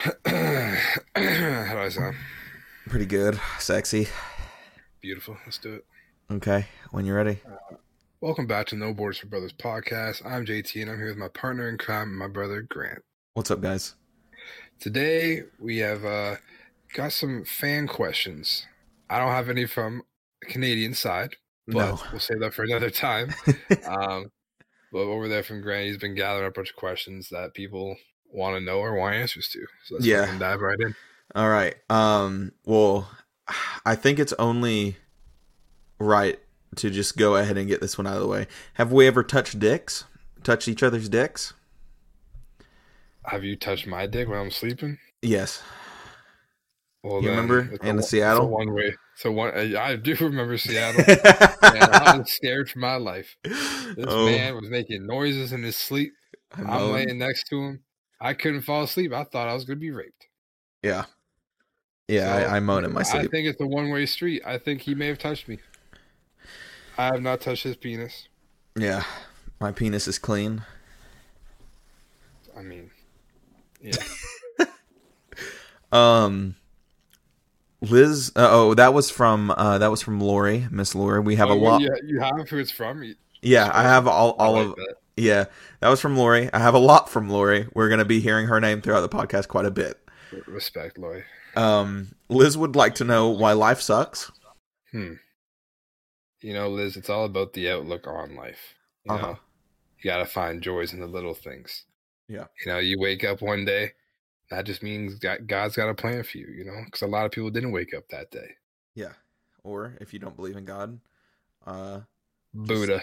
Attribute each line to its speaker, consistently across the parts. Speaker 1: eyes on?
Speaker 2: Pretty good. Sexy.
Speaker 1: Beautiful. Let's do it.
Speaker 2: Okay. When you're ready.
Speaker 1: Welcome back to No Borders for Brothers podcast. I'm JT and I'm here with my partner in crime, my brother Grant.
Speaker 2: What's up, guys?
Speaker 1: Today we have uh, got some fan questions. I don't have any from the Canadian side, but
Speaker 2: No.
Speaker 1: we'll save that for another time. um, but over there from Grant, he's been gathering up a bunch of questions that people want to know or want answers to. So let's
Speaker 2: Yeah.
Speaker 1: fucking dive right in.
Speaker 2: All right. Um. Well, I think it's only right to just go ahead and get this one out of the way. Have we ever touched dicks? Touched each other's dicks?
Speaker 1: Have you touched my dick while I'm sleeping?
Speaker 2: Yes.
Speaker 1: Well,
Speaker 2: You
Speaker 1: then,
Speaker 2: remember
Speaker 1: it's a
Speaker 2: in
Speaker 1: one-
Speaker 2: Seattle?
Speaker 1: It's a one way. So one, I I do remember Seattle. and I
Speaker 2: oh,
Speaker 1: was scared for my life. This man was making noises in his sleep.
Speaker 2: I
Speaker 1: I'm
Speaker 2: moaned.
Speaker 1: laying next to him. I couldn't fall asleep. I thought I was going to be raped.
Speaker 2: Yeah. Yeah,
Speaker 1: So,
Speaker 2: I, I moan in my
Speaker 1: I
Speaker 2: sleep.
Speaker 1: think it's a one way street. I think he may have touched me. I have not touched his penis.
Speaker 2: yeah. My penis is clean.
Speaker 1: I mean, yeah.
Speaker 2: Um Liz uh, oh, that was from uh that was from Lori, Miss Lori. We have
Speaker 1: Oh,
Speaker 2: a lot
Speaker 1: You, you have who it's from. You-
Speaker 2: Yeah, I have all
Speaker 1: I
Speaker 2: all
Speaker 1: like
Speaker 2: of
Speaker 1: that.
Speaker 2: Yeah, that was from Lori. I have a lot from Lori. We're going to be hearing her name throughout the podcast quite a bit.
Speaker 1: R- Respect, Lloyd.
Speaker 2: Um, Liz would like to know why life sucks.
Speaker 1: You know, Liz, it's all about the outlook on life. You
Speaker 2: Uh-huh.
Speaker 1: know, you got to find joys in the little things.
Speaker 2: Yeah.
Speaker 1: You know, you wake up one day. That just means God, God's got a plan for you, you know, because a lot of people didn't wake up that day.
Speaker 2: Yeah. Or if you don't believe in God, uh,
Speaker 1: Buddha.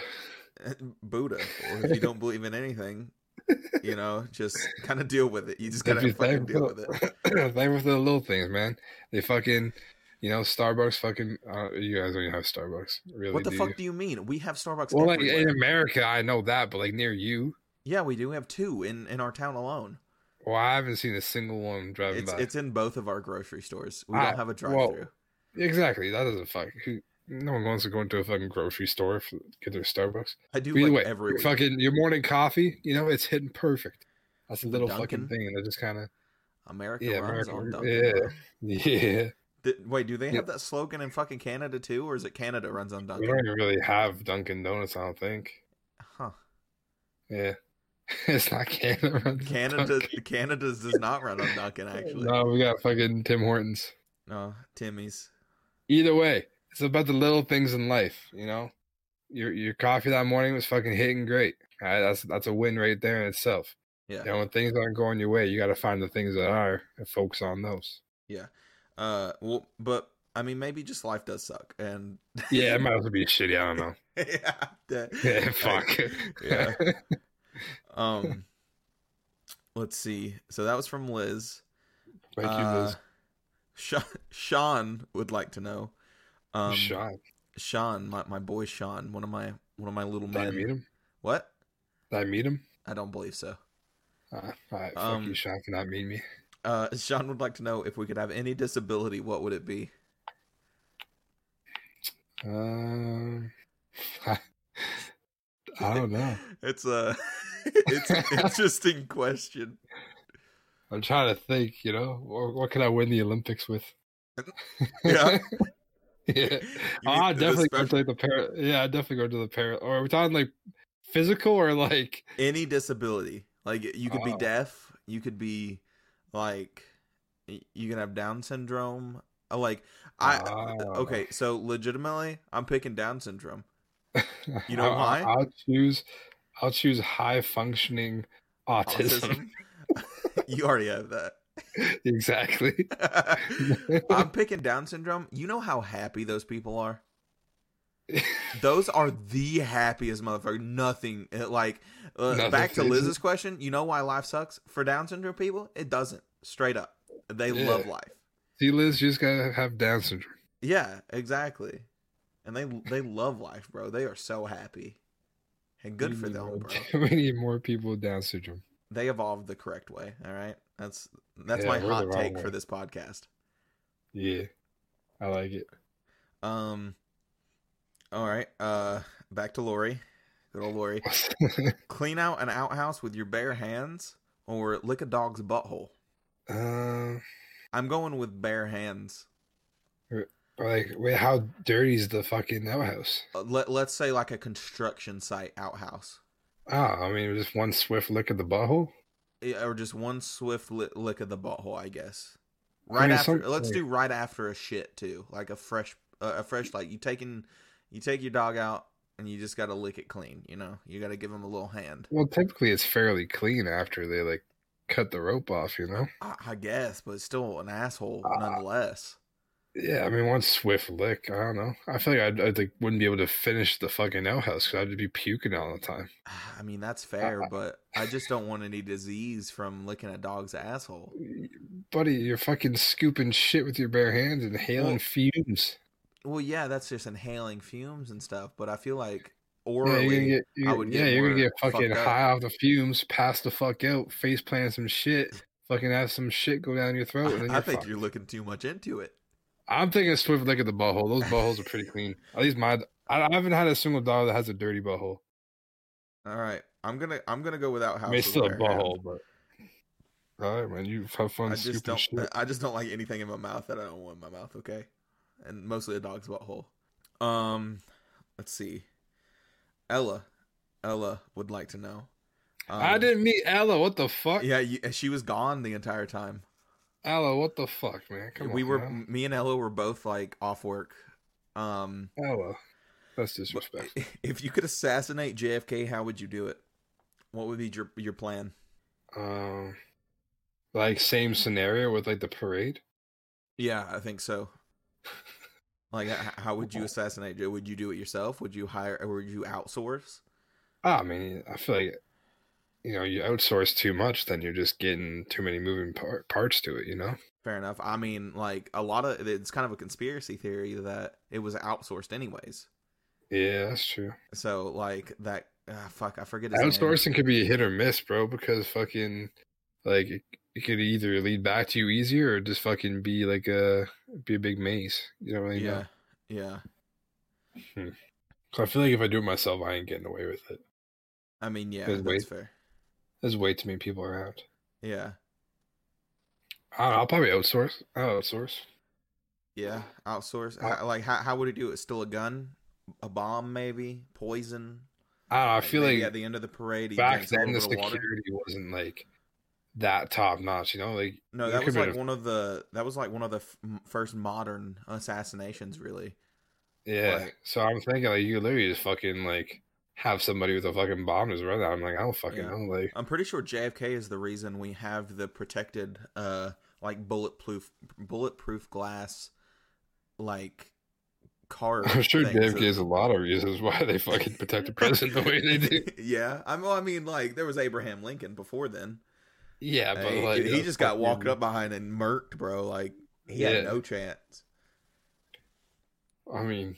Speaker 2: Buddha. Or if you don't believe in anything, you know, just kind of deal with it. You just got
Speaker 1: Gotta
Speaker 2: to fucking deal with it.
Speaker 1: thankful for the little things, man. They fucking, you know, Starbucks fucking, uh, you guys don't even have Starbucks. Really?
Speaker 2: What the
Speaker 1: do
Speaker 2: fuck
Speaker 1: you?
Speaker 2: do you mean? We have Starbucks
Speaker 1: Well, like
Speaker 2: everywhere.
Speaker 1: in America, I know that, but like near you,
Speaker 2: yeah, we do. We have two in, in our town alone.
Speaker 1: well, I haven't seen a single one driving
Speaker 2: It's
Speaker 1: by.
Speaker 2: it's in both of our grocery stores. We
Speaker 1: Ah,
Speaker 2: don't have a drive
Speaker 1: well,
Speaker 2: through.
Speaker 1: Exactly. That doesn't fuck. Who, no one wants to go into a fucking grocery store for, get their Starbucks.
Speaker 2: I do
Speaker 1: Either
Speaker 2: like
Speaker 1: way,
Speaker 2: every
Speaker 1: your
Speaker 2: week.
Speaker 1: fucking your morning coffee, you know, it's hitting perfect. That's a little
Speaker 2: Dunkin'.
Speaker 1: fucking thing that just kind of
Speaker 2: America
Speaker 1: yeah,
Speaker 2: runs
Speaker 1: America,
Speaker 2: on Dunkin'.
Speaker 1: yeah,
Speaker 2: bro.
Speaker 1: yeah.
Speaker 2: Th- wait, do they
Speaker 1: Yeah.
Speaker 2: have that slogan in fucking Canada too, or is it Canada runs on
Speaker 1: We
Speaker 2: Dunkin'?
Speaker 1: don't even really have Dunkin' Donuts. I don't think.
Speaker 2: Huh.
Speaker 1: Yeah, it's not Canada. runs on
Speaker 2: Canada,
Speaker 1: Dunkin'.
Speaker 2: Canada's does not run on Dunkin'. Actually,
Speaker 1: No,
Speaker 2: no,
Speaker 1: we got fucking Tim Hortons.
Speaker 2: Timmy's.
Speaker 1: Either way, it's about the little things in life. You know, your your coffee that morning was fucking hitting great. All right, that's that's a win right there in itself.
Speaker 2: Yeah.
Speaker 1: You know, when things aren't going your way, you got to find the things that are and focus on those.
Speaker 2: Uh, well, but I mean, maybe just life does suck, and
Speaker 1: Yeah, it might also be shitty. I don't know.
Speaker 2: yeah, that-
Speaker 1: Yeah, fuck.
Speaker 2: yeah. Um, let's see. So that was from Liz.
Speaker 1: Thank you,
Speaker 2: Uh,
Speaker 1: Liz.
Speaker 2: Sha- Sean would like to know. Um,
Speaker 1: Sean,
Speaker 2: Sean, my, my boy Sean, one of my one of my little
Speaker 1: did I meet
Speaker 2: men.
Speaker 1: him?
Speaker 2: What?
Speaker 1: Did I meet him?
Speaker 2: I don't believe so.
Speaker 1: Uh, all right, fuck
Speaker 2: Um,
Speaker 1: you, Sean, for not meeting me.
Speaker 2: Uh, Sean would like to know if we could have any disability, what would it be?
Speaker 1: Um, I, I don't know.
Speaker 2: It's a it's an interesting question.
Speaker 1: I'm trying to think. You know, what, what could I win the Olympics with?
Speaker 2: Yeah.
Speaker 1: yeah. Oh,
Speaker 2: You
Speaker 1: I
Speaker 2: mean the
Speaker 1: definitely go
Speaker 2: special-
Speaker 1: to like the para. Yeah, I definitely go to the para. Or are we talking like physical or like?
Speaker 2: Any disability, like you could be
Speaker 1: Oh.
Speaker 2: deaf, you could be like y- you can have Down syndrome. Uh, Like I
Speaker 1: Ah.
Speaker 2: okay, so legitimately, I'm picking Down syndrome. You know
Speaker 1: I- I,
Speaker 2: why?
Speaker 1: I'll choose. I'll choose high functioning autism.
Speaker 2: Autism. you already have that.
Speaker 1: exactly.
Speaker 2: I'm picking Down syndrome. You know how happy those people are. Those are the happiest motherfucker. Nothing uh, like uh,
Speaker 1: Nothing
Speaker 2: back to
Speaker 1: phases
Speaker 2: Liz's question. You know why life sucks for Down syndrome people? It doesn't. Straight up, they
Speaker 1: Yeah.
Speaker 2: love life.
Speaker 1: See, Liz, you just gotta have Down syndrome.
Speaker 2: Yeah, exactly. And they they love life, bro. They are so happy, and good
Speaker 1: We
Speaker 2: for
Speaker 1: need
Speaker 2: them,
Speaker 1: more-
Speaker 2: bro.
Speaker 1: we need more people with Down syndrome.
Speaker 2: They evolved the correct way. All right, that's that's
Speaker 1: Yeah,
Speaker 2: my
Speaker 1: we're the
Speaker 2: hot
Speaker 1: wrong
Speaker 2: take
Speaker 1: way.
Speaker 2: for this podcast.
Speaker 1: Yeah, I like it.
Speaker 2: Um. All right. Uh, back to Lori. Good old Lori. Clean out an outhouse with your bare hands, or lick a dog's butthole.
Speaker 1: Uh,
Speaker 2: I'm going with bare hands.
Speaker 1: Like, wait, how dirty is the fucking outhouse?
Speaker 2: Uh, Let, let's say like a construction site outhouse.
Speaker 1: Ah, I mean, just one swift look at the butthole.
Speaker 2: Yeah, or just one swift li- lick of the butthole, I guess. Right
Speaker 1: mean,
Speaker 2: after,
Speaker 1: some-
Speaker 2: let's do right after a shit too, like a fresh, uh, a fresh like you taking, you take your dog out and you just got to lick it clean. You know, you got to give him a little hand.
Speaker 1: Well, typically it's fairly clean after they like cut the rope off, you know.
Speaker 2: I, I guess, but it's still an asshole
Speaker 1: Ah.
Speaker 2: nonetheless.
Speaker 1: Yeah, I mean, one swift lick. I don't know. I feel like I'd, I'd like wouldn't be able to finish the fucking outhouse because I'd be puking all the time.
Speaker 2: I mean, that's fair, but I just don't want any disease from licking a dog's asshole.
Speaker 1: Buddy, you're fucking scooping shit with your bare hands, and inhaling
Speaker 2: Well-
Speaker 1: fumes.
Speaker 2: Well, yeah, that's just inhaling fumes and stuff, but I feel like
Speaker 1: Yeah,
Speaker 2: orally,
Speaker 1: you're gonna get,
Speaker 2: I
Speaker 1: you're,
Speaker 2: would
Speaker 1: yeah,
Speaker 2: get
Speaker 1: you're gonna
Speaker 2: more
Speaker 1: get fucking
Speaker 2: fucked up.
Speaker 1: high off the fumes, pass the fuck out, face plant some shit, fucking have some shit go down your throat, and then
Speaker 2: I,
Speaker 1: you're
Speaker 2: think
Speaker 1: fucked.
Speaker 2: you're looking too much into it.
Speaker 1: I'm thinking swift lick at the butthole. Those buttholes are pretty clean. At least my, I, I haven't had a single dog that has a dirty butthole.
Speaker 2: All right, I'm gonna I'm gonna go without house.
Speaker 1: I mean, it's
Speaker 2: with
Speaker 1: still a
Speaker 2: bare hands.
Speaker 1: butthole, but. All right, man. You have fun
Speaker 2: I
Speaker 1: scooping
Speaker 2: just don't
Speaker 1: shit.
Speaker 2: I just don't like anything in my mouth that I don't want in my mouth. Okay, and mostly a dog's butthole. Um, let's see. Ella, Ella would like to know. Um,
Speaker 1: I didn't meet Ella. What the fuck?
Speaker 2: Yeah, you, she was gone the entire time.
Speaker 1: Ella, what the fuck, man? Come
Speaker 2: we
Speaker 1: on,
Speaker 2: were
Speaker 1: man.
Speaker 2: me and Ella were both like off work. Um,
Speaker 1: Ella. That's disrespectful.
Speaker 2: if you could assassinate JFK, how would you do it? What would be your your plan?
Speaker 1: um, like same scenario with like the parade.
Speaker 2: Yeah, I think so. Like, h- how would you assassinate? Joe? Would you do it yourself? Would you hire? Or would you outsource?
Speaker 1: Ah, I mean, I feel like you know you outsource too much, then you're just getting too many moving par- parts to it. You know.
Speaker 2: Fair enough. I mean, like a lot of it's kind of a conspiracy theory that it was outsourced anyways.
Speaker 1: Yeah, that's true.
Speaker 2: So like that. ah, fuck, I forget his name.
Speaker 1: Outsourcing could be a hit or miss, bro, because fucking like it, it could either lead back to you easier or just fucking be like a be a big maze. You don't really know.
Speaker 2: Yeah, yeah.
Speaker 1: Hmm. So I feel like if I do it myself, I ain't getting away with it.
Speaker 2: I mean, yeah,
Speaker 1: There's
Speaker 2: that's
Speaker 1: ways-
Speaker 2: fair.
Speaker 1: There's way too many people around.
Speaker 2: Yeah,
Speaker 1: I don't know, I'll probably outsource. I'll outsource.
Speaker 2: yeah. Outsource.
Speaker 1: I-
Speaker 2: How, like, how how would it do it? Still a gun, a bomb, maybe poison.
Speaker 1: I, don't know, I feel
Speaker 2: Maybe
Speaker 1: like
Speaker 2: at the end of the parade, he
Speaker 1: back
Speaker 2: drinks a
Speaker 1: then the
Speaker 2: little bit of water.
Speaker 1: security wasn't like that top notch. You know, like
Speaker 2: No,
Speaker 1: There
Speaker 2: that
Speaker 1: could
Speaker 2: was
Speaker 1: be
Speaker 2: like
Speaker 1: a-
Speaker 2: one of the that was like one of the f- m- first modern assassinations, really.
Speaker 1: yeah.
Speaker 2: Right.
Speaker 1: So I'm thinking like you could literally just fucking like have somebody with a fucking bomb just run out. I'm like I don't fucking
Speaker 2: Yeah.
Speaker 1: know. Like
Speaker 2: I'm pretty sure JFK is the reason we have the protected, uh, like bulletproof bulletproof glass, like car.
Speaker 1: I'm sure
Speaker 2: things.
Speaker 1: JFK has a lot of reasons why they fucking protect the president the way they do.
Speaker 2: yeah, I'm. well, I mean, like there was Abraham Lincoln before then.
Speaker 1: Yeah, but
Speaker 2: Hey,
Speaker 1: like
Speaker 2: dude, he
Speaker 1: that's
Speaker 2: just got
Speaker 1: fucking-
Speaker 2: walked up behind and murked, bro. Like he
Speaker 1: Yeah.
Speaker 2: had no chance.
Speaker 1: I mean,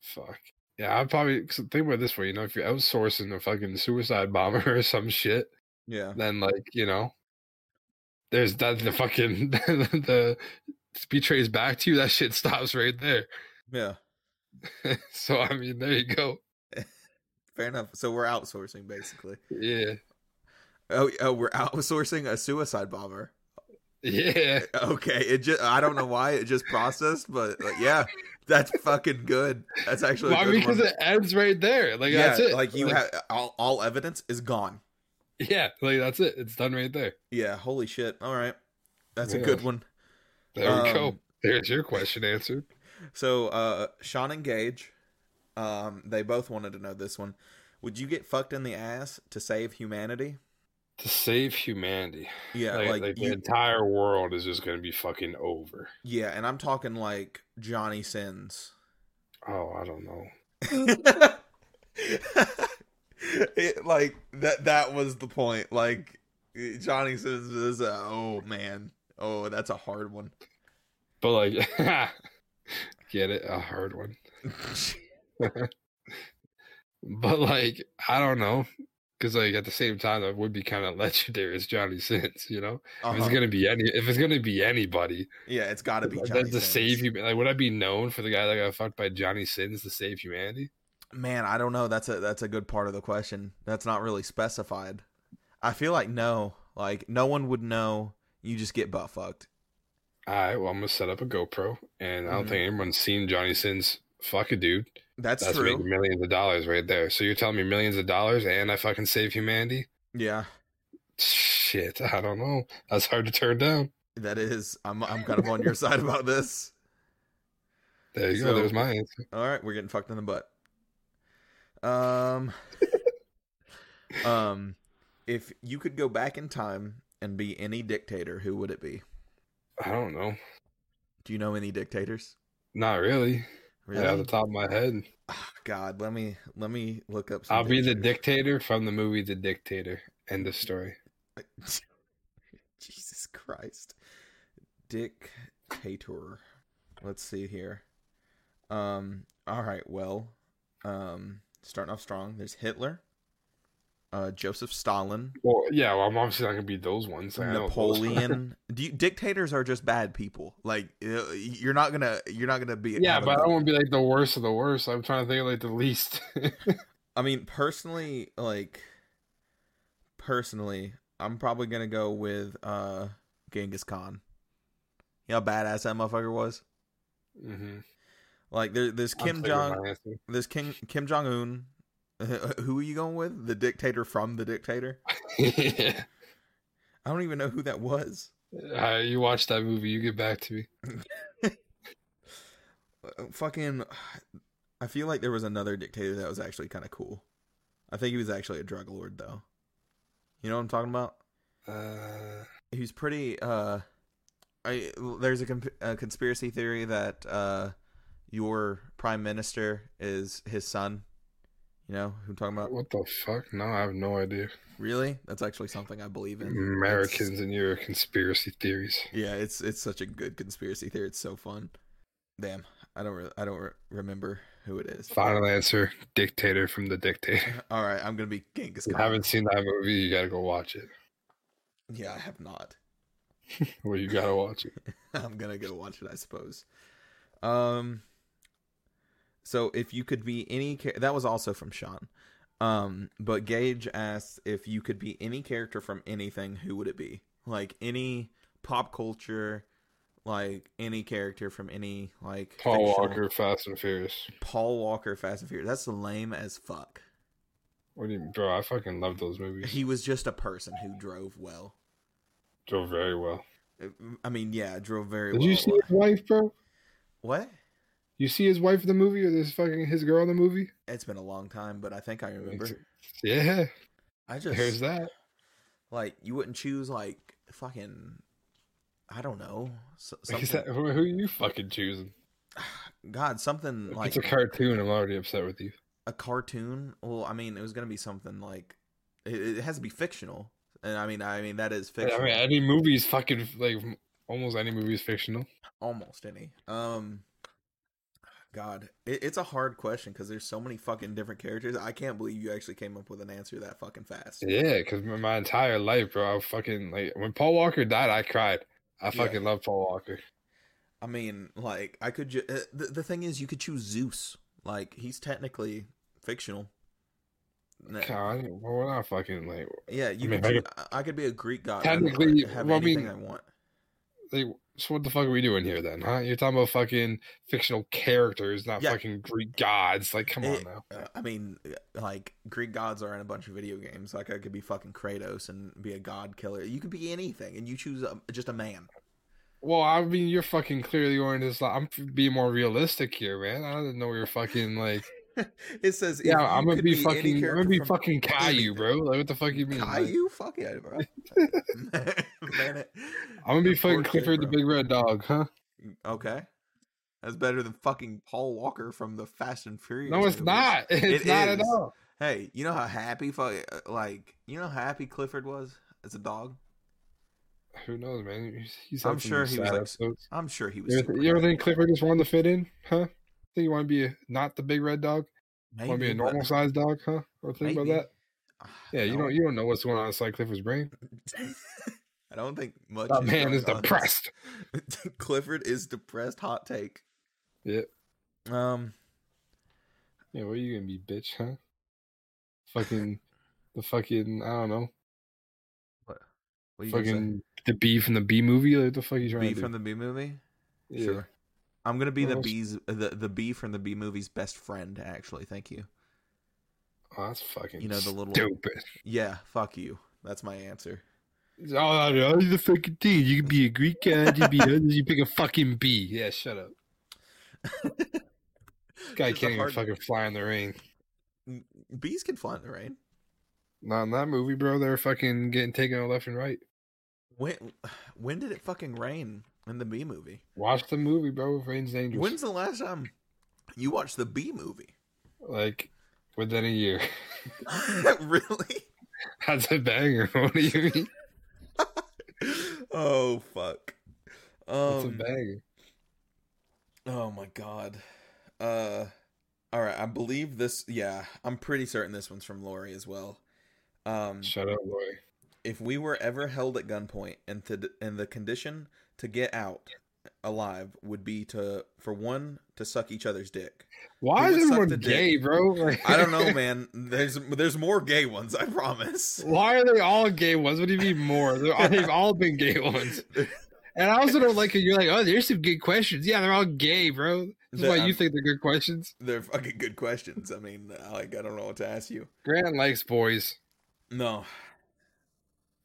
Speaker 1: fuck. Yeah, I'd probably 'cause think about it this way. You know, if you're outsourcing a fucking suicide bomber or some shit,
Speaker 2: Yeah,
Speaker 1: then like you know there's that the fucking the betrays back to you that shit stops right there
Speaker 2: yeah.
Speaker 1: so i mean there you go
Speaker 2: Fair enough. So we're outsourcing basically.
Speaker 1: yeah
Speaker 2: Oh, oh, we're outsourcing a suicide bomber.
Speaker 1: yeah
Speaker 2: Okay, it just—I don't know why it just processed, but like, yeah, that's fucking good. That's actually
Speaker 1: well,
Speaker 2: a
Speaker 1: i
Speaker 2: good
Speaker 1: mean because
Speaker 2: one.
Speaker 1: it ends right there like
Speaker 2: yeah,
Speaker 1: that's it
Speaker 2: like you have all, all evidence is gone.
Speaker 1: yeah like that's it it's done right there
Speaker 2: Yeah, holy shit. All right, that's a
Speaker 1: Yeah.
Speaker 2: good one.
Speaker 1: there we go
Speaker 2: Um,
Speaker 1: there's your question answered
Speaker 2: So, uh, Sean and Gage, um, they both wanted to know this one. Would you get fucked in the ass to save humanity?
Speaker 1: to save humanity
Speaker 2: Yeah,
Speaker 1: like,
Speaker 2: like,
Speaker 1: like the
Speaker 2: you,
Speaker 1: entire world is just gonna be fucking over
Speaker 2: yeah, and I'm talking like Johnny Sins.
Speaker 1: oh i don't know
Speaker 2: it, like that that was the point like johnny says this uh, oh man oh that's a hard one
Speaker 1: but like get it a hard one
Speaker 2: Uh-huh.
Speaker 1: but like I don't know, because like at the same time that would be kind of legendary as Johnny Sins, you know. If
Speaker 2: Uh-huh.
Speaker 1: it's gonna be any, if it's gonna be anybody,
Speaker 2: yeah it's gotta be johnny
Speaker 1: that's to
Speaker 2: Sins.
Speaker 1: save you. Like, would I be known for the guy that got fucked by Johnny Sins to save humanity?
Speaker 2: man i don't know that's a that's a good part of the question that's not really specified i feel like no like no one would know you just get butt fucked
Speaker 1: All right, well, I'm gonna set up a GoPro, and I don't
Speaker 2: Mhm.
Speaker 1: think anyone's seen Johnny Sins fuck a dude.
Speaker 2: That's,
Speaker 1: That's
Speaker 2: true.
Speaker 1: making millions of dollars right there. So you're telling me millions of dollars, and I fucking save humanity?
Speaker 2: Yeah,
Speaker 1: Shit, I don't know. That's hard to turn down.
Speaker 2: that is. I'm I'm kind of on your side about this.
Speaker 1: There you
Speaker 2: So-
Speaker 1: go. There's my answer.
Speaker 2: All right, we're getting fucked in the butt. Um, um, if you could go back in time and be any dictator, who would it be?
Speaker 1: I don't know.
Speaker 2: Do you know any dictators?
Speaker 1: Not really. Right off the top of my head,
Speaker 2: Ah, God, let me let me look up. some
Speaker 1: I'll be the
Speaker 2: dictators.
Speaker 1: dictator from the movie The Dictator. End of story.
Speaker 2: Jesus Christ. Dictator. Let's see here. Um all right, well, um starting off strong, there's Hitler, uh Joseph Stalin,
Speaker 1: Well, yeah. Well, I'm obviously not gonna be those ones. Like, I know those-
Speaker 2: Napoleon. Do you, dictators are just bad people. Like uh, you're not going to you're not going to be
Speaker 1: Yeah,
Speaker 2: out of
Speaker 1: but I
Speaker 2: the-
Speaker 1: don't want to be like the worst of the worst. I'm trying to think of like the least.
Speaker 2: I mean, personally, like personally, I'm probably gonna go with uh Genghis Khan. You know how badass that motherfucker was?
Speaker 1: hmm
Speaker 2: Like there, there's Kim Jong there's King Kim Jong Un. who are you going with? The dictator from the dictator?
Speaker 1: yeah.
Speaker 2: I don't even know who that was.
Speaker 1: Uh, you watch that movie, you get back to me.
Speaker 2: Uh, Fucking I feel like there was another dictator that was actually kind of cool. I think he was actually a drug lord though. You know what I'm talking about?
Speaker 1: Uh,
Speaker 2: he's pretty uh I, there's a, comp- a conspiracy theory that uh your prime minister is his son you know who i'm talking about
Speaker 1: what the fuck? No, I have no idea.
Speaker 2: really that's actually something i believe in
Speaker 1: Americans and your conspiracy theories.
Speaker 2: It's- yeah it's it's such a good conspiracy theory it's so fun damn i don't re- i don't re- remember who it is
Speaker 1: Final answer: Dictator from the Dictator.
Speaker 2: all right i'm gonna be genghis
Speaker 1: If you
Speaker 2: khan
Speaker 1: haven't seen that movie, you gotta go watch it.
Speaker 2: yeah i have not
Speaker 1: Well, you gotta watch it.
Speaker 2: i'm gonna go watch it i suppose um so if you could be any cha- that was also from sean um but gage asks if you could be any character from anything who would it be like any pop culture like any character from any like
Speaker 1: Paul
Speaker 2: fictional-
Speaker 1: Walker, Fast and Furious.
Speaker 2: paul walker fast and furious that's lame as fuck
Speaker 1: What do you, bro? I fucking love those movies.
Speaker 2: he was just a person who drove well
Speaker 1: Do very well.
Speaker 2: i mean yeah drove very
Speaker 1: Did
Speaker 2: well
Speaker 1: you see his wife, bro?
Speaker 2: what
Speaker 1: You see his wife in the movie, or this fucking his girl in the movie?
Speaker 2: it's been a long time but i think i remember
Speaker 1: Yeah,
Speaker 2: i just
Speaker 1: there's that.
Speaker 2: Like you wouldn't choose like fucking, I don't know, so, something.
Speaker 1: Is that, who, who are you fucking choosing?
Speaker 2: God, something
Speaker 1: If
Speaker 2: like
Speaker 1: it's a cartoon. I'm already upset with you.
Speaker 2: a cartoon. Well, I mean, it was gonna be something like it, it has to be fictional, and I mean, I mean that is
Speaker 1: I
Speaker 2: fictional,
Speaker 1: mean, any movie is fucking like almost any movie is fictional.
Speaker 2: almost any. Um, God, it, it's a hard question because there's so many fucking different characters. I can't believe you actually came up with an answer that fucking fast.
Speaker 1: Yeah, because my, my entire life, bro, I was fucking like when Paul Walker died, I cried. I
Speaker 2: Yeah.
Speaker 1: fucking love Paul Walker.
Speaker 2: I mean, like I could. Ju- uh, the the thing is, you could choose Zeus. Like he's technically fictional. Nah.
Speaker 1: God, well, we're not fucking like
Speaker 2: Yeah, you
Speaker 1: I mean,
Speaker 2: could.
Speaker 1: if I
Speaker 2: choo- I, I could be a Greek god.
Speaker 1: Technically,
Speaker 2: I have
Speaker 1: well, I
Speaker 2: anything
Speaker 1: mean-
Speaker 2: I want.
Speaker 1: like. So what the fuck are we doing here then, huh? You're talking about fucking fictional characters, not
Speaker 2: Yeah.
Speaker 1: fucking Greek gods. Like, come
Speaker 2: It-
Speaker 1: on now.
Speaker 2: uh, I mean, like Greek gods are in a bunch of video games. Like I could be fucking Kratos and be a god killer. You could be anything, and you choose a, just a man.
Speaker 1: Well, I mean, you're fucking clearly oriented. Islam- I'm being more realistic here, man. I didn't know we were fucking like.
Speaker 2: It says, if
Speaker 1: Yeah,
Speaker 2: you
Speaker 1: I'm gonna
Speaker 2: could
Speaker 1: be,
Speaker 2: any
Speaker 1: fucking. I'm
Speaker 2: character
Speaker 1: gonna be
Speaker 2: from
Speaker 1: fucking Caillou,
Speaker 2: anything."
Speaker 1: bro. Like, what the fuck you mean? Like,
Speaker 2: Caillou, fuck yeah, bro. man, it-
Speaker 1: I'm gonna be fucking
Speaker 2: Poor kid,
Speaker 1: Clifford the
Speaker 2: bro.
Speaker 1: Big Red Dog, huh?
Speaker 2: Okay, that's better than fucking Paul Walker from the Fast and Furious.
Speaker 1: No, it's
Speaker 2: movies.
Speaker 1: not. It's
Speaker 2: It
Speaker 1: not at
Speaker 2: is.
Speaker 1: all.
Speaker 2: Hey, you know how happy fuck like you know how happy Clifford was as a dog.
Speaker 1: Who knows, man? He's, he's
Speaker 2: I'm
Speaker 1: had some
Speaker 2: sure he was,
Speaker 1: sad
Speaker 2: like,
Speaker 1: episodes.
Speaker 2: I'm sure he was.
Speaker 1: You ever,
Speaker 2: super
Speaker 1: you ever
Speaker 2: happy.
Speaker 1: think Clifford just wanted to fit in, huh? Think you want to be a, not the big red dog? Want to be a
Speaker 2: but-
Speaker 1: normal sized dog, huh? Or think about
Speaker 2: maybe.
Speaker 1: that? Yeah, you don't you don't know what's going on inside Clifford's brain.
Speaker 2: I don't think much.
Speaker 1: That man
Speaker 2: going
Speaker 1: is
Speaker 2: on.
Speaker 1: depressed.
Speaker 2: Clifford is depressed. Hot take.
Speaker 1: Yeah.
Speaker 2: Um.
Speaker 1: Yeah, what are you gonna be, bitch, huh? Fucking the fucking I don't know.
Speaker 2: What? What you gonna say?
Speaker 1: Fucking the bee from the B movie. Like, what the fuck are you trying
Speaker 2: B
Speaker 1: to do?
Speaker 2: from the B movie.
Speaker 1: Yeah.
Speaker 2: Sure. I'm gonna be the
Speaker 1: Almost.
Speaker 2: bees the the bee from the B movie's best friend. Actually, thank you.
Speaker 1: Oh, that's fucking.
Speaker 2: You know, the little-
Speaker 1: stupid.
Speaker 2: Yeah, fuck you. That's my answer.
Speaker 1: Oh, I know, you're the fucking thing. You can be a Greek god. You be you pick a fucking bee. Yeah, shut up. This guy
Speaker 2: This is a
Speaker 1: can't even
Speaker 2: hard-
Speaker 1: fucking fly in the rain.
Speaker 2: Bees can fly in the rain.
Speaker 1: Not in that movie, bro. They're fucking getting taken out left and right.
Speaker 2: When when did it fucking rain in the B movie?
Speaker 1: Watch the movie, bro. Rain's dangerous.
Speaker 2: When's the last time you watched the B movie?
Speaker 1: Like within a year.
Speaker 2: really?
Speaker 1: That's a banger. What do you mean?
Speaker 2: Oh fuck.
Speaker 1: That's
Speaker 2: Um,
Speaker 1: a banger.
Speaker 2: Oh my god. Uh all right, I believe this yeah, I'm pretty certain this one's from Lori as well. Um
Speaker 1: Shut up, Lori.
Speaker 2: if we were ever held at gunpoint and to, and the condition to get out alive would be to for one to suck each other's dick.
Speaker 1: Why
Speaker 2: would
Speaker 1: is
Speaker 2: suck
Speaker 1: everyone
Speaker 2: the dick?
Speaker 1: gay, bro? Like,
Speaker 2: I don't know, man. There's there's more gay ones, I promise.
Speaker 1: Why are they all gay ones? What do you mean more? They're all, they've all been gay ones. And I also don't like it. You're like, oh, there's some good questions. Yeah, they're all gay, bro. This is
Speaker 2: The-
Speaker 1: why you
Speaker 2: I'm-
Speaker 1: think they're good questions.
Speaker 2: They're fucking good questions. I mean, like I don't know what to ask you.
Speaker 1: Grant likes boys.
Speaker 2: No,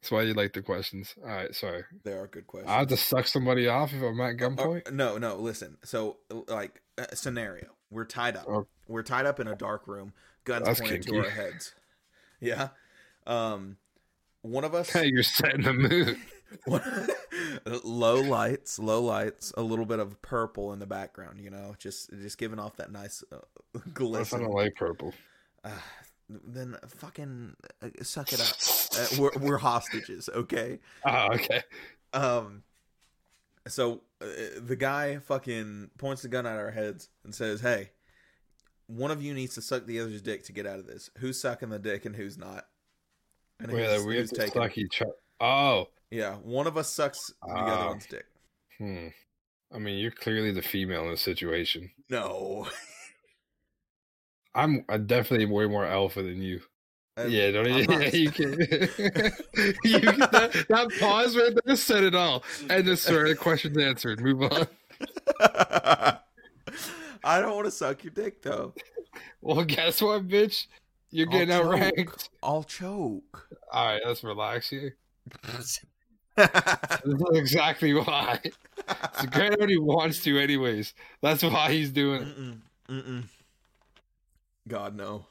Speaker 1: That's why you like the questions. All right, sorry.
Speaker 2: there are good questions.
Speaker 1: I have to suck somebody off if I'm at
Speaker 2: Or-
Speaker 1: gunpoint.
Speaker 2: no, no. Listen. So, like, uh, scenario: we're tied up.
Speaker 1: Oh.
Speaker 2: We're tied up in a dark room, guns
Speaker 1: That's
Speaker 2: pointed to
Speaker 1: kinky.
Speaker 2: our heads. Yeah. Um, one of us.
Speaker 1: Hey, you're setting the mood.
Speaker 2: one- low lights, low lights. A little bit of purple in the background. You know, just just giving off that nice uh,
Speaker 1: What if I
Speaker 2: glisten.
Speaker 1: don't like purple?
Speaker 2: Uh, then fucking uh, suck it up. Uh, we're we're hostages, okay?
Speaker 1: Ah, okay.
Speaker 2: Um, so uh, the guy fucking points the gun at our heads and says, "Hey, one of you needs to suck the other's dick to get out of this. Who's sucking the dick and who's not?" And
Speaker 1: Wait,
Speaker 2: who's-
Speaker 1: like, we have
Speaker 2: who's
Speaker 1: to
Speaker 2: taking it?
Speaker 1: suck each other. Oh,
Speaker 2: Yeah, one of us sucks the
Speaker 1: Ah.
Speaker 2: other one's dick.
Speaker 1: hmm. I mean, you're clearly the female in this situation.
Speaker 2: No.
Speaker 1: I'm I'm definitely way more alpha than you.
Speaker 2: Uh,
Speaker 1: yeah, don't
Speaker 2: I'm
Speaker 1: you,
Speaker 2: not.
Speaker 1: you can. you can that, that pause right there said it all. And this sir, the question's answered. Move on.
Speaker 2: I don't want to suck your dick though.
Speaker 1: Well, guess what, bitch? You're getting
Speaker 2: I'll choke.
Speaker 1: outranked.
Speaker 2: I'll choke.
Speaker 1: All right, let's relax here. This is exactly why. So Grant already wants to, anyways. That's why he's doing it.
Speaker 2: Mm-mm. Mm-mm. God no.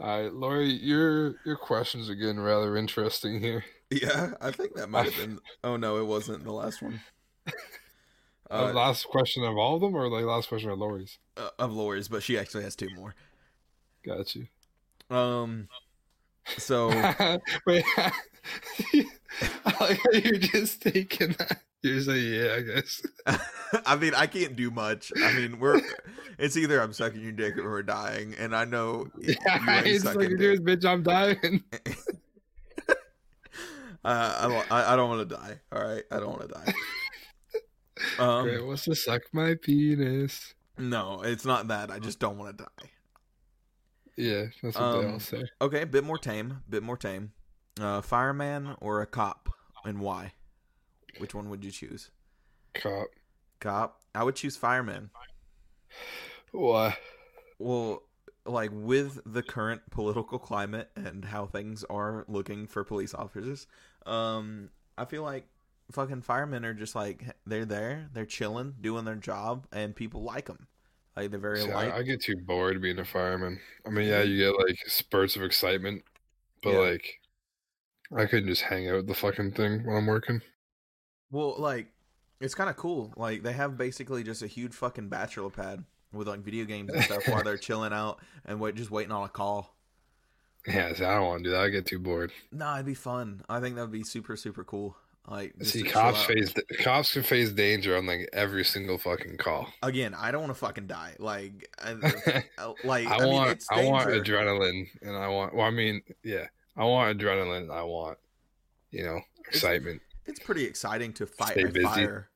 Speaker 1: All right, Lori, your your questions are getting rather interesting here.
Speaker 2: Yeah, I think that might have been. Oh no, it wasn't the last one.
Speaker 1: Uh,
Speaker 2: Uh,
Speaker 1: last question of all of them, or like last question of Lori's?
Speaker 2: uh, of Lori's, but she actually has two more.
Speaker 1: Got you.
Speaker 2: Um, so
Speaker 1: Wait, I like how you're just taking that. You're just like, yeah, I guess.
Speaker 2: I mean, I can't do much. I mean, we're it's either I'm sucking your dick or we're dying, and I know you ain't
Speaker 1: Yeah, it's like,
Speaker 2: sucking
Speaker 1: yours,
Speaker 2: dick.
Speaker 1: bitch, I'm dying.
Speaker 2: Uh, I don't, I, I don't want to die. All right, I don't want to die.
Speaker 1: Grant
Speaker 2: Um,
Speaker 1: wants to suck my penis.
Speaker 2: no, it's not that. I just don't want to die.
Speaker 1: Yeah, that's what they all
Speaker 2: Um,
Speaker 1: say.
Speaker 2: Okay, bit more tame, bit more tame. Uh, fireman or a cop, and why? Which one would you choose?
Speaker 1: Cop.
Speaker 2: Cop. I would choose fireman.
Speaker 1: Why?
Speaker 2: Well, like with the current political climate and how things are looking for police officers, um, I feel like fucking firemen are just like they're there, they're chilling, doing their job, and people like them. Like they're very
Speaker 1: See,
Speaker 2: light. Mm-hmm.
Speaker 1: I, I get too bored being a fireman. I mean, yeah, you get like spurts of excitement, but
Speaker 2: Yeah.
Speaker 1: like, I couldn't just hang out with the fucking thing when I'm working.
Speaker 2: Well, like it's kind of cool. Like they have basically just a huge fucking bachelor pad with like video games and stuff while they're chilling out and wait, just waiting on a call.
Speaker 1: Yeah, see, I don't want to do that. I get too bored.
Speaker 2: Nah, it'd be fun. I think that would be super super cool. Like just
Speaker 1: see,
Speaker 2: to chill
Speaker 1: cops
Speaker 2: out.
Speaker 1: face cops can face danger on like every single fucking call.
Speaker 2: again. I don't want to fucking die. Like, I, I- like
Speaker 1: I,
Speaker 2: I, mean,
Speaker 1: want
Speaker 2: it's
Speaker 1: I want
Speaker 2: danger.
Speaker 1: adrenaline and I want well I mean yeah I want adrenaline and I want you know excitement
Speaker 2: it's pretty exciting to fight
Speaker 1: Stay
Speaker 2: a
Speaker 1: busy.
Speaker 2: fire.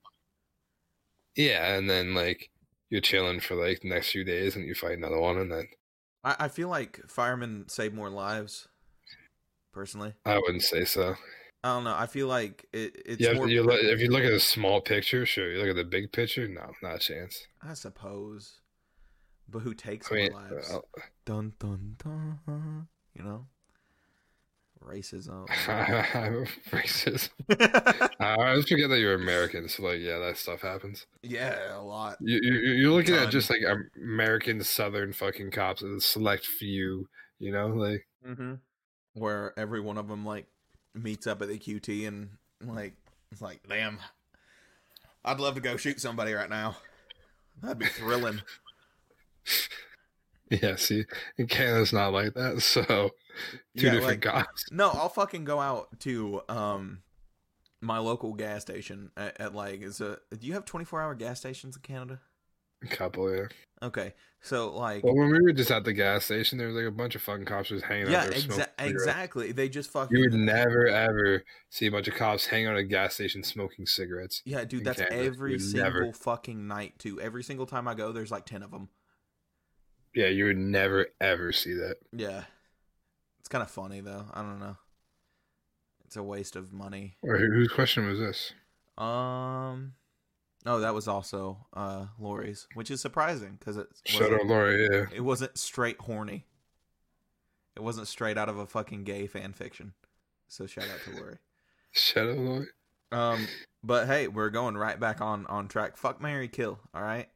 Speaker 1: yeah and then like you're chilling for like the next few days and you fight another one and then
Speaker 2: I, I feel like firemen save more lives. Personally,
Speaker 1: I wouldn't say so
Speaker 2: I don't know. I feel like it, it's
Speaker 1: Yeah,
Speaker 2: more.
Speaker 1: if you look, if you look at the small picture, sure. You look at the big picture, no, not a chance.
Speaker 2: I suppose, but who takes
Speaker 1: I mean,
Speaker 2: our lives?
Speaker 1: uh,
Speaker 2: Dun dun dun. You know, racism.
Speaker 1: I'm uh, racist. I always forget that you're American, so like, yeah, that stuff happens.
Speaker 2: yeah, a lot.
Speaker 1: You, you, you're looking
Speaker 2: Done.
Speaker 1: at just like American Southern fucking cops, a select few, you know, like
Speaker 2: Mm-hmm. Where every one of them like meets up at the QT and like it's like, damn, I'd love to go shoot somebody right now. That'd be thrilling.
Speaker 1: Yeah, see, in Canada's not like that. So two
Speaker 2: Yeah,
Speaker 1: different cops.
Speaker 2: No, I'll fucking go out to um my local gas station at, at like is a do you have 24 hour gas stations in Canada?
Speaker 1: Couple, yeah.
Speaker 2: Okay. So like
Speaker 1: Well, when we were just at the gas station, there was like a bunch of fucking cops just hanging
Speaker 2: yeah,
Speaker 1: out there smoking.
Speaker 2: exa-
Speaker 1: cigarettes.
Speaker 2: exactly. They just fucking
Speaker 1: You would never ever see a bunch of cops hanging out at a gas station smoking cigarettes.
Speaker 2: Yeah, dude,
Speaker 1: in
Speaker 2: that's
Speaker 1: Canada.
Speaker 2: every
Speaker 1: You'd never-
Speaker 2: single fucking night too. Every single time I go there's like 10 of them.
Speaker 1: Yeah, you would never ever see that.
Speaker 2: Yeah. It's kind of funny though. I don't know. It's a waste of money.
Speaker 1: Or who- whose question was this?
Speaker 2: Um Oh, that was also uh Lori's, which is surprising cuz it
Speaker 1: Shout out Laura. Yeah,
Speaker 2: it wasn't straight horny. It wasn't straight out of a fucking gay fan fiction. So shout out to Lori.
Speaker 1: shout out Laura.
Speaker 2: Um but hey, we're going right back on on track. Fuck Mary Kill, all right?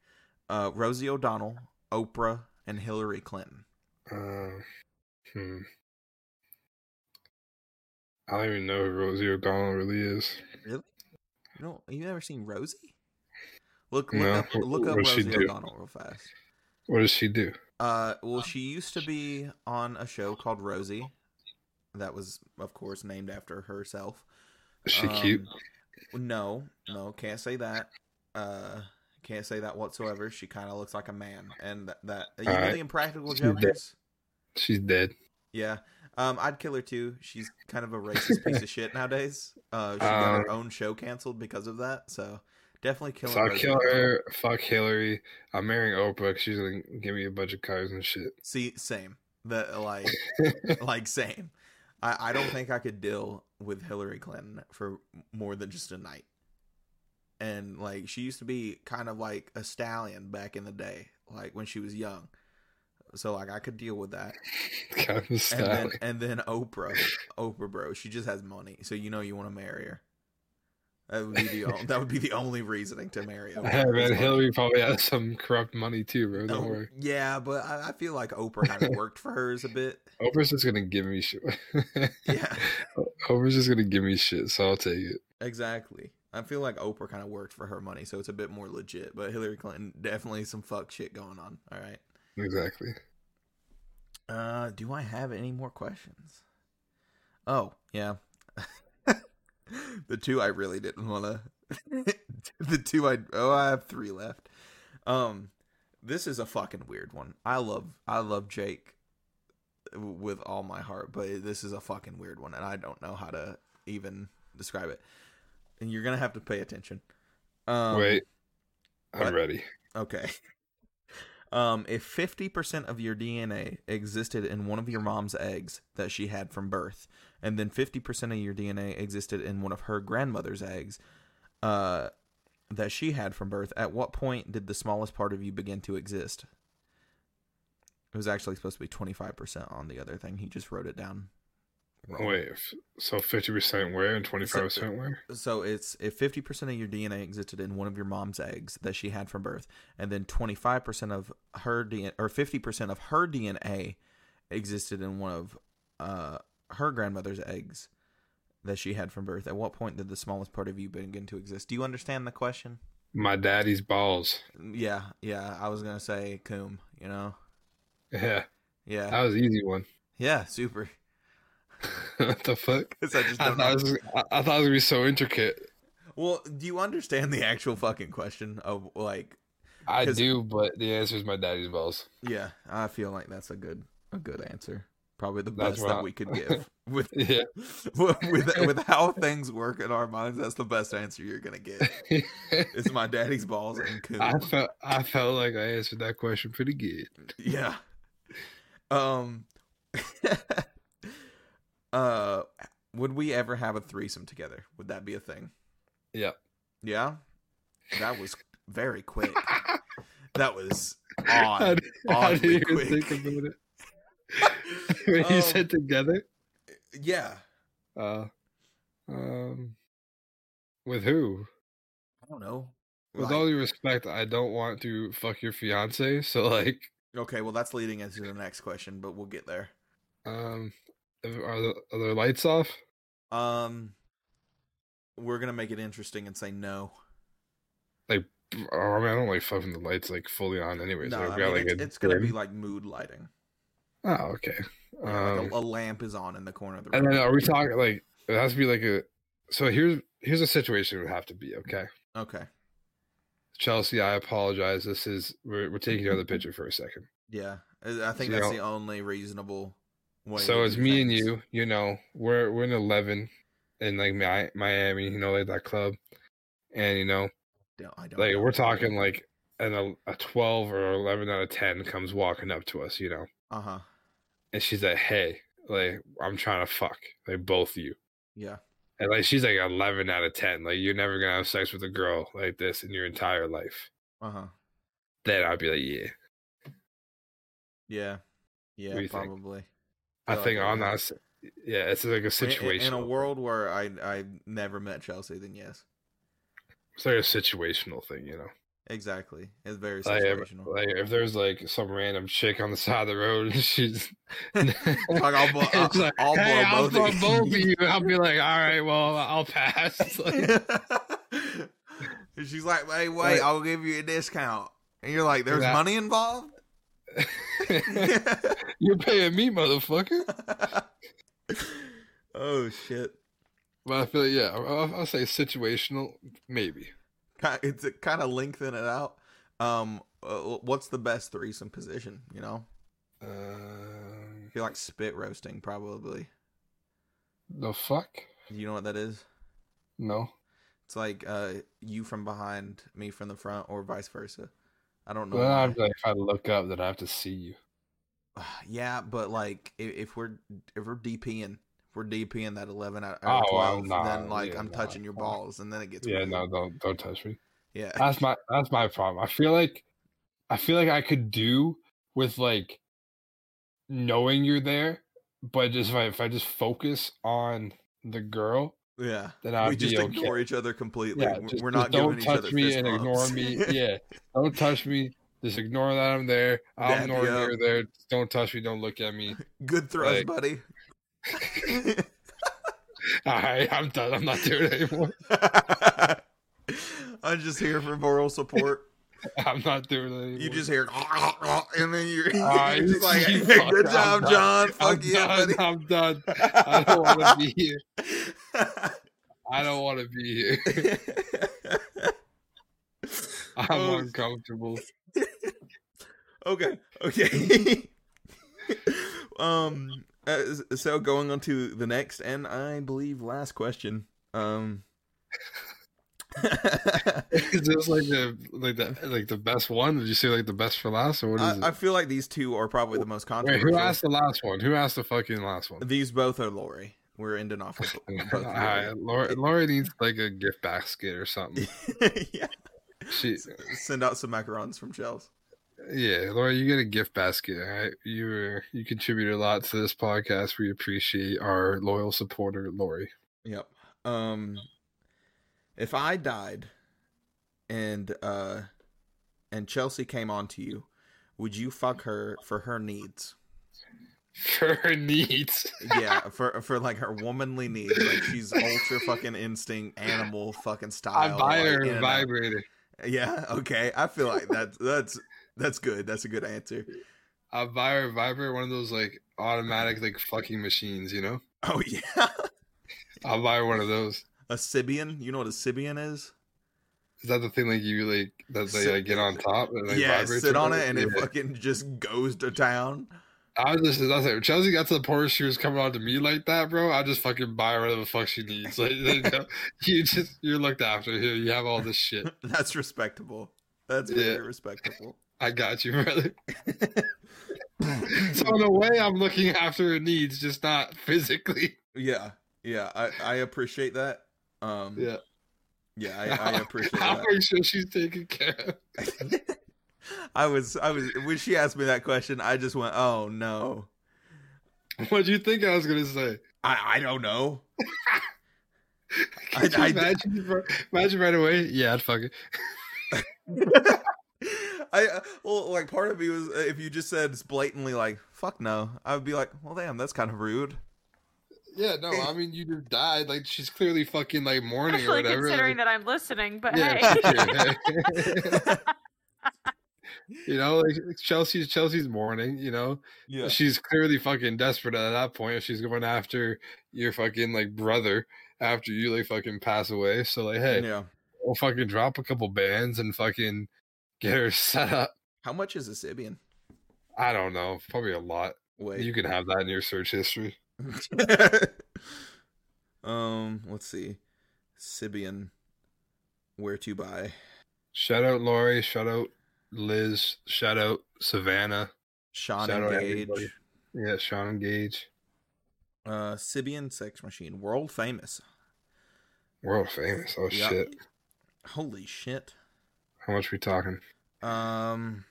Speaker 2: Uh Rosie O'Donnell, Oprah, and Hillary Clinton.
Speaker 1: Um, hmm. I don't even know who Rosie O'Donnell really is.
Speaker 2: You know, you never seen Rosie? Look, look
Speaker 1: No.
Speaker 2: up, look up
Speaker 1: What'd she
Speaker 2: Rosie
Speaker 1: do?
Speaker 2: O'Donnell real fast.
Speaker 1: What does she do?
Speaker 2: Uh, well, she used to be on a show called Rosie, that was, of course, named after herself.
Speaker 1: Is she
Speaker 2: Um,
Speaker 1: cute?
Speaker 2: No, no, can't say that. Uh, can't say that whatsoever. She kind of looks like a man, and that, that you know
Speaker 1: Alright.
Speaker 2: the Impractical
Speaker 1: She's dead.
Speaker 2: Jokers.
Speaker 1: She's dead.
Speaker 2: Yeah, um, I'd kill her too. She's kind of a racist piece of shit nowadays. Uh, she got her own show canceled because of that, so definitely kill
Speaker 1: Fuck
Speaker 2: her.
Speaker 1: Hillary. Fuck Hillary. I'm marrying Oprah. 'cause She's gonna give me a bunch of cars and shit.
Speaker 2: See, same. The like, like same. I, I don't think I could deal with Hillary Clinton for more than just a night. And like, she used to be kind of like a stallion back in the day, like when she was young. So like, I could deal with that.
Speaker 1: Kind of
Speaker 2: And then
Speaker 1: stylish.
Speaker 2: and then Oprah, Oprah, bro, she just has money, so you know you want to marry her. That would be the o- that would be the only reasoning to marry Oprah.
Speaker 1: Hey,
Speaker 2: is
Speaker 1: man,
Speaker 2: money.
Speaker 1: Hillary probably has some corrupt money too, bro. Don't
Speaker 2: Oh,
Speaker 1: worry.
Speaker 2: yeah, but I, I feel like Oprah kind of worked for hers a bit.
Speaker 1: Oprah's just gonna give me shit.
Speaker 2: Yeah.
Speaker 1: Oprah's just gonna give me shit, so I'll take it.
Speaker 2: Exactly. I feel like Oprah kind of worked for her money, so it's a bit more legit. But Hillary Clinton definitely some fuck shit going on. All right.
Speaker 1: Exactly.
Speaker 2: Uh, do I have any more questions? Oh yeah, the two I really didn't want to. the two I oh I have three left. Um, this is a fucking weird one. I love I love Jake with all my heart, but this is a fucking weird one, and I don't know how to even describe it. And you're gonna have to pay attention. Um,
Speaker 1: Wait, I'm
Speaker 2: what?
Speaker 1: ready.
Speaker 2: Okay. Um, if fifty percent of your DNA existed in one of your mom's eggs that she had from birth, and then fifty percent of your DNA existed in one of her grandmother's eggs, uh, that she had from birth, at what point did the smallest part of you begin to exist? It was actually supposed to be twenty five percent on the other thing. He just wrote it down. wrong.
Speaker 1: Wait, f- so fifty percent where and twenty five percent where?
Speaker 2: So it's if fifty percent of your DNA existed in one of your mom's eggs that she had from birth, and then twenty five percent of her DNA or fifty percent of her DNA existed in one of uh, her grandmother's eggs that she had from birth. At what point did the smallest part of you begin to exist? Do you understand the question?
Speaker 1: My daddy's balls.
Speaker 2: Yeah, yeah. I was gonna say coom. You know,
Speaker 1: Yeah,
Speaker 2: yeah,
Speaker 1: that was an easy one.
Speaker 2: yeah. Super.
Speaker 1: what the fuck?
Speaker 2: 'Cause I just
Speaker 1: I
Speaker 2: don't
Speaker 1: thought,
Speaker 2: know.
Speaker 1: it was, I, I thought it was gonna be so intricate.
Speaker 2: Well, do you understand the actual fucking question of like
Speaker 1: I
Speaker 2: 'Cause-
Speaker 1: do, but the answer is my daddy's balls.
Speaker 2: Yeah, I feel like that's a good a good answer. Probably the
Speaker 1: That's
Speaker 2: best
Speaker 1: what
Speaker 2: that
Speaker 1: I-
Speaker 2: we could give with
Speaker 1: Yeah.
Speaker 2: with with how things work in our minds. That's the best answer you're gonna get. It's my daddy's balls and coon.
Speaker 1: I felt I felt like I answered that question pretty good.
Speaker 2: Yeah. Um. uh, Would we ever have a threesome together? Would that be a thing?
Speaker 1: Yeah.
Speaker 2: Yeah? That was very quick. that was odd.
Speaker 1: How do
Speaker 2: Oddly
Speaker 1: you even
Speaker 2: quick.
Speaker 1: think about it? when you
Speaker 2: Um,
Speaker 1: said together,
Speaker 2: Yeah.
Speaker 1: uh, um, with who?
Speaker 2: I don't know.
Speaker 1: With
Speaker 2: Like-
Speaker 1: all due respect, I don't want to fuck your fiance. So like,
Speaker 2: okay, well that's leading into the next question, but we'll get there.
Speaker 1: um, are the are the lights off?
Speaker 2: Um we're gonna make it interesting and say no.
Speaker 1: Oh, I, mean, I don't like fucking the lights like fully on anyway.
Speaker 2: no,
Speaker 1: so I've
Speaker 2: I
Speaker 1: got,
Speaker 2: mean,
Speaker 1: like,
Speaker 2: it's,
Speaker 1: a
Speaker 2: it's gonna be
Speaker 1: dim-
Speaker 2: like mood lighting.
Speaker 1: Oh, okay.
Speaker 2: You know,
Speaker 1: Um,
Speaker 2: like a, a lamp is on in the corner of the room.
Speaker 1: And then are we talking like it has to be like a so here's here's a situation it would have to be, okay?
Speaker 2: Okay.
Speaker 1: Chelsea, I apologize. This is we're we're taking you out of the picture for a second.
Speaker 2: Yeah. I I think
Speaker 1: So-
Speaker 2: that's the only reasonable way.
Speaker 1: so
Speaker 2: to
Speaker 1: it's
Speaker 2: do
Speaker 1: me and
Speaker 2: things.
Speaker 1: you, you know, we're we're in eleven in like Mi- Miami, you know, like that club. And you know,
Speaker 2: Don't- I don't
Speaker 1: like
Speaker 2: know.
Speaker 1: we're talking like an el- a twelve or eleven out of ten comes walking up to us, you know.
Speaker 2: Uh-huh.
Speaker 1: And she's like, Hey, like I'm trying to fuck. Like both of you.
Speaker 2: Yeah.
Speaker 1: And like she's like eleven out of ten. Like you're never gonna have sex with a girl like this in your entire life.
Speaker 2: Uh-huh.
Speaker 1: Then I'd be like, yeah.
Speaker 2: Yeah. Yeah,
Speaker 1: do you think?
Speaker 2: probably.
Speaker 1: I
Speaker 2: Feel like
Speaker 1: think
Speaker 2: it
Speaker 1: I'm
Speaker 2: would
Speaker 1: not.
Speaker 2: have-
Speaker 1: s- Yeah, it's like a
Speaker 2: In- in-
Speaker 1: situation.
Speaker 2: In, a world where I I never met Chelsea, then yes.
Speaker 1: it's like a situational thing, you know.
Speaker 2: Exactly. It's very
Speaker 1: Like, if-
Speaker 2: situational.
Speaker 1: like if there's like some random chick on the side of the road and she's, it's
Speaker 2: Like, I'll, blow, I'll,
Speaker 1: like,
Speaker 2: I'll blow
Speaker 1: hey, I'll
Speaker 2: both of
Speaker 1: blow
Speaker 2: you."
Speaker 1: both of you. I'll be like, all right, well, I'll pass. Like,
Speaker 2: And she's like, "Hey, wait!
Speaker 1: Like-
Speaker 2: I'll give you a discount." And you're like, "There's
Speaker 1: That-
Speaker 2: money involved."
Speaker 1: You're paying me, motherfucker.
Speaker 2: oh shit!
Speaker 1: But I feel like, yeah, I'll, I'll say situational, maybe.
Speaker 2: Ki- It's kind of lengthen it out. Um, uh, what's the best threesome position? You know,
Speaker 1: Um
Speaker 2: I feel like spit roasting probably.
Speaker 1: the fuck?
Speaker 2: You know what that is?
Speaker 1: No.
Speaker 2: It's like uh, you from behind, me from the front, or vice versa. I don't know.
Speaker 1: Well,
Speaker 2: why.
Speaker 1: I'm like, if I look up, then I have to see you.
Speaker 2: Yeah, but like if, if we're if we're DPing, if we're DPing that eleven out
Speaker 1: Oh,
Speaker 2: out of
Speaker 1: well,
Speaker 2: twelve,
Speaker 1: nah,
Speaker 2: then like
Speaker 1: yeah,
Speaker 2: I'm
Speaker 1: nah,
Speaker 2: touching your
Speaker 1: nah.
Speaker 2: balls, and then it gets
Speaker 1: Yeah,
Speaker 2: weird.
Speaker 1: no, don't don't touch me.
Speaker 2: yeah,
Speaker 1: That's my that's my problem. I feel like I feel like I could do with like knowing you're there, but just if I, if I just focus on the girl,
Speaker 2: yeah.
Speaker 1: then I'd
Speaker 2: we
Speaker 1: be
Speaker 2: just
Speaker 1: okay.
Speaker 2: ignore each other completely.
Speaker 1: yeah,
Speaker 2: We're-
Speaker 1: just,
Speaker 2: we're
Speaker 1: just
Speaker 2: not
Speaker 1: don't
Speaker 2: giving
Speaker 1: touch
Speaker 2: each other
Speaker 1: me
Speaker 2: fist
Speaker 1: and ignore
Speaker 2: bumps.
Speaker 1: me. Yeah, don't touch me. Just ignore that I'm there. I'm
Speaker 2: Dap you
Speaker 1: ignoring
Speaker 2: up.
Speaker 1: you're there. Don't touch me. Don't look at me.
Speaker 2: Good throws,
Speaker 1: Like-
Speaker 2: buddy.
Speaker 1: All right, I'm done. I'm not doing it anymore.
Speaker 2: I'm just here for moral support.
Speaker 1: I'm not doing it anymore.
Speaker 2: You just hear, and then you're,
Speaker 1: Ah,
Speaker 2: you're just like,
Speaker 1: you fucker,
Speaker 2: "Good
Speaker 1: I'm
Speaker 2: job,
Speaker 1: done.
Speaker 2: John.
Speaker 1: I'm
Speaker 2: Fuck yeah,
Speaker 1: done.
Speaker 2: buddy."
Speaker 1: I'm done. I don't want to be here. I don't want to be here. I'm
Speaker 2: Oh,
Speaker 1: uncomfortable.
Speaker 2: okay. Okay. um. uh, so going on to the next and I believe last question. Um.
Speaker 1: Is this like the like the like the best one? Did you say like the best for last, or what is
Speaker 2: I, I
Speaker 1: it?
Speaker 2: feel like these two are probably the most
Speaker 1: Wait,
Speaker 2: controversial.
Speaker 1: who asked the last one? Who asked the fucking last one?
Speaker 2: These both are Lori. We're ending off with both.
Speaker 1: All right, Laura, Laura needs like a gift basket or something.
Speaker 2: Lori. yeah.
Speaker 1: She,
Speaker 2: S- Send out some macarons from Chels.
Speaker 1: yeah, Laura, you get a gift basket. All right, you were you contribute a lot to this podcast. We appreciate our loyal supporter, Lori.
Speaker 2: Yep. Um if I died and uh and Chelsea came on to you, would you fuck her for her needs?
Speaker 1: for her needs.
Speaker 2: Yeah, for for like her womanly needs. Like she's ultra fucking instinct animal fucking
Speaker 1: I
Speaker 2: style.
Speaker 1: buy
Speaker 2: like,
Speaker 1: her
Speaker 2: in
Speaker 1: a
Speaker 2: and out.
Speaker 1: vibrator.
Speaker 2: Yeah, okay. I feel like that's that's that's good. That's a good answer.
Speaker 1: I buy her a vibrator, one of those like automatic like fucking machines, you know?
Speaker 2: Oh yeah.
Speaker 1: I'll buy her one of those.
Speaker 2: A Sibian? You know what a Sibian is?
Speaker 1: Is that the thing like you like that they
Speaker 2: Sit-
Speaker 1: like get on top and like
Speaker 2: yeah,
Speaker 1: vibrates
Speaker 2: sit
Speaker 1: or
Speaker 2: on it
Speaker 1: whatever?
Speaker 2: and it
Speaker 1: Yeah.
Speaker 2: fucking just goes to town.
Speaker 1: I was just I was like, Chelsea got to the point where she was coming on to me like that, bro. I just fucking buy her whatever the fuck she needs. Like you, know, you just you're looked after here. You have all this shit.
Speaker 2: That's respectable. That's
Speaker 1: Yeah.
Speaker 2: very respectable.
Speaker 1: I got you, brother. so in a way, I'm looking after her needs, just not physically.
Speaker 2: Yeah. Yeah, I, I appreciate that. Um,
Speaker 1: Yeah.
Speaker 2: yeah, I, I appreciate
Speaker 1: I'll
Speaker 2: that.
Speaker 1: make sure she's taken care of.
Speaker 2: I was, I was when she asked me that question, I just went, "Oh no,
Speaker 1: What do you think I was gonna say?
Speaker 2: I, I don't know."
Speaker 1: Could
Speaker 2: I- I-
Speaker 1: you imagine, if I- imagine right away. Yeah, I'd fuck it.
Speaker 2: I uh, well, like part of me was uh, if you just said blatantly like "fuck no," I would be like, "Well, damn, that's kind of rude."
Speaker 1: Yeah, no, I mean you just died. Like she's clearly fucking like mourning or
Speaker 3: Especially
Speaker 1: whatever.
Speaker 3: considering
Speaker 1: like-
Speaker 3: that I'm listening, but
Speaker 1: yeah,
Speaker 3: hey.
Speaker 1: fuck you. you know, like Chelsea's Chelsea's mourning. You know,
Speaker 2: Yeah,
Speaker 1: she's clearly fucking desperate at that point if she's going after your fucking like brother after you like fucking pass away. So like, hey,
Speaker 2: yeah.
Speaker 1: we'll fucking drop a couple bands and fucking get her set up.
Speaker 2: How much is a Sibian?
Speaker 1: I don't know, probably a lot.
Speaker 2: Wait,
Speaker 1: You can have that in your search history.
Speaker 2: um, let's see, Sibian, where to buy?
Speaker 1: Shout out Lori. Shout out Liz. Shout out Savannah.
Speaker 2: Sean
Speaker 1: Shout out
Speaker 2: Engage,
Speaker 1: everybody. Yeah, Sean and Gage.
Speaker 2: uh, Sibian Sex Machine, world famous.
Speaker 1: World famous. Oh
Speaker 2: Yeah.
Speaker 1: shit.
Speaker 2: Holy shit.
Speaker 1: How much we talking?
Speaker 2: Um,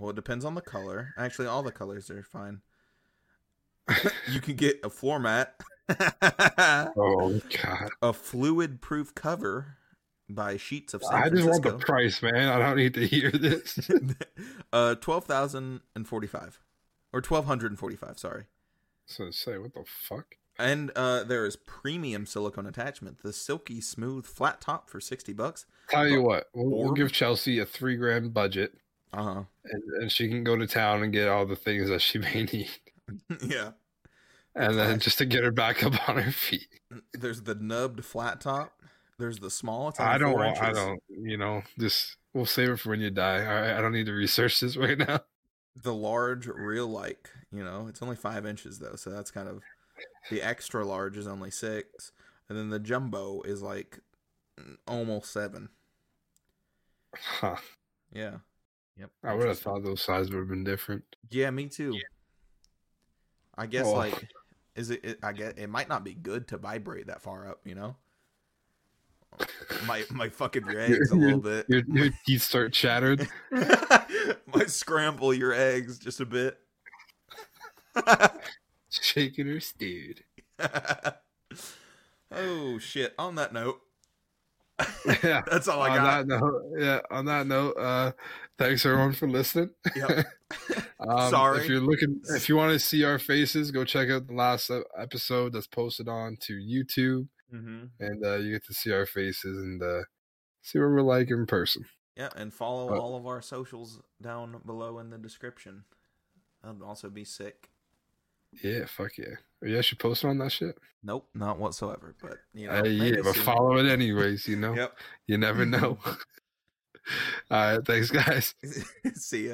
Speaker 2: well, it depends on the color. Actually, all the colors are fine. you can get a floor mat,
Speaker 1: Oh god.
Speaker 2: a fluid proof cover by Sheets of San
Speaker 1: I just want
Speaker 2: Francisco.
Speaker 1: the price, man. I don't need to hear this.
Speaker 2: uh, twelve thousand and forty-five, or twelve hundred and forty-five. Sorry.
Speaker 1: so say what the fuck?
Speaker 2: And uh, there is premium silicone attachment, the silky smooth flat top for sixty bucks.
Speaker 1: Tell you
Speaker 2: But-
Speaker 1: what, we'll, we'll
Speaker 2: or-
Speaker 1: give Chelsea a three grand budget,
Speaker 2: Uh huh.
Speaker 1: and, and she can go to town and get all the things that she may need,
Speaker 2: yeah.
Speaker 1: and then
Speaker 2: Right.
Speaker 1: just to get her back up on her feet.
Speaker 2: There's the nubbed flat top. There's the small. It's only
Speaker 1: I don't
Speaker 2: four
Speaker 1: want. I
Speaker 2: inches.
Speaker 1: don't. You know, just we'll save it for when you die. All right, I don't need to research this right now.
Speaker 2: the large real like you know it's only five inches though so that's kind of the extra large is only six and then the jumbo is like mm, almost seven
Speaker 1: Huh.
Speaker 2: yeah yep
Speaker 1: I would have thought those sizes would have been different.
Speaker 2: yeah me too i guess
Speaker 1: Oh.
Speaker 2: like is it, it i guess it might not be good to vibrate that far up you know might might fuck up your eggs a little bit
Speaker 1: Your, your teeth start shattered.
Speaker 2: might scramble your eggs just a bit
Speaker 1: Shaking her dude.
Speaker 2: oh shit! On that note,
Speaker 1: Yeah.
Speaker 2: that's all Oh, I
Speaker 1: on that
Speaker 2: got.
Speaker 1: note, yeah. On that note, uh, thanks everyone for listening.
Speaker 2: Yep.
Speaker 1: Um,
Speaker 2: Sorry.
Speaker 1: If you're looking, if you want to see our faces, go check out the last e- episode that's posted on to YouTube,
Speaker 2: mm-hmm.
Speaker 1: and uh, you get to see our faces and uh, see what we're like in person.
Speaker 2: Yeah, and follow
Speaker 1: Uh,
Speaker 2: all of our socials down below in the description. I'd also be sick.
Speaker 1: Yeah, fuck yeah. Are you actually posting on that shit?
Speaker 2: Nope, not whatsoever. But you know,
Speaker 1: Uh, yeah,
Speaker 2: maybe
Speaker 1: but
Speaker 2: soon.
Speaker 1: follow it anyways. You know,
Speaker 2: Yep.
Speaker 1: you never know. All right, thanks, guys.
Speaker 2: See ya.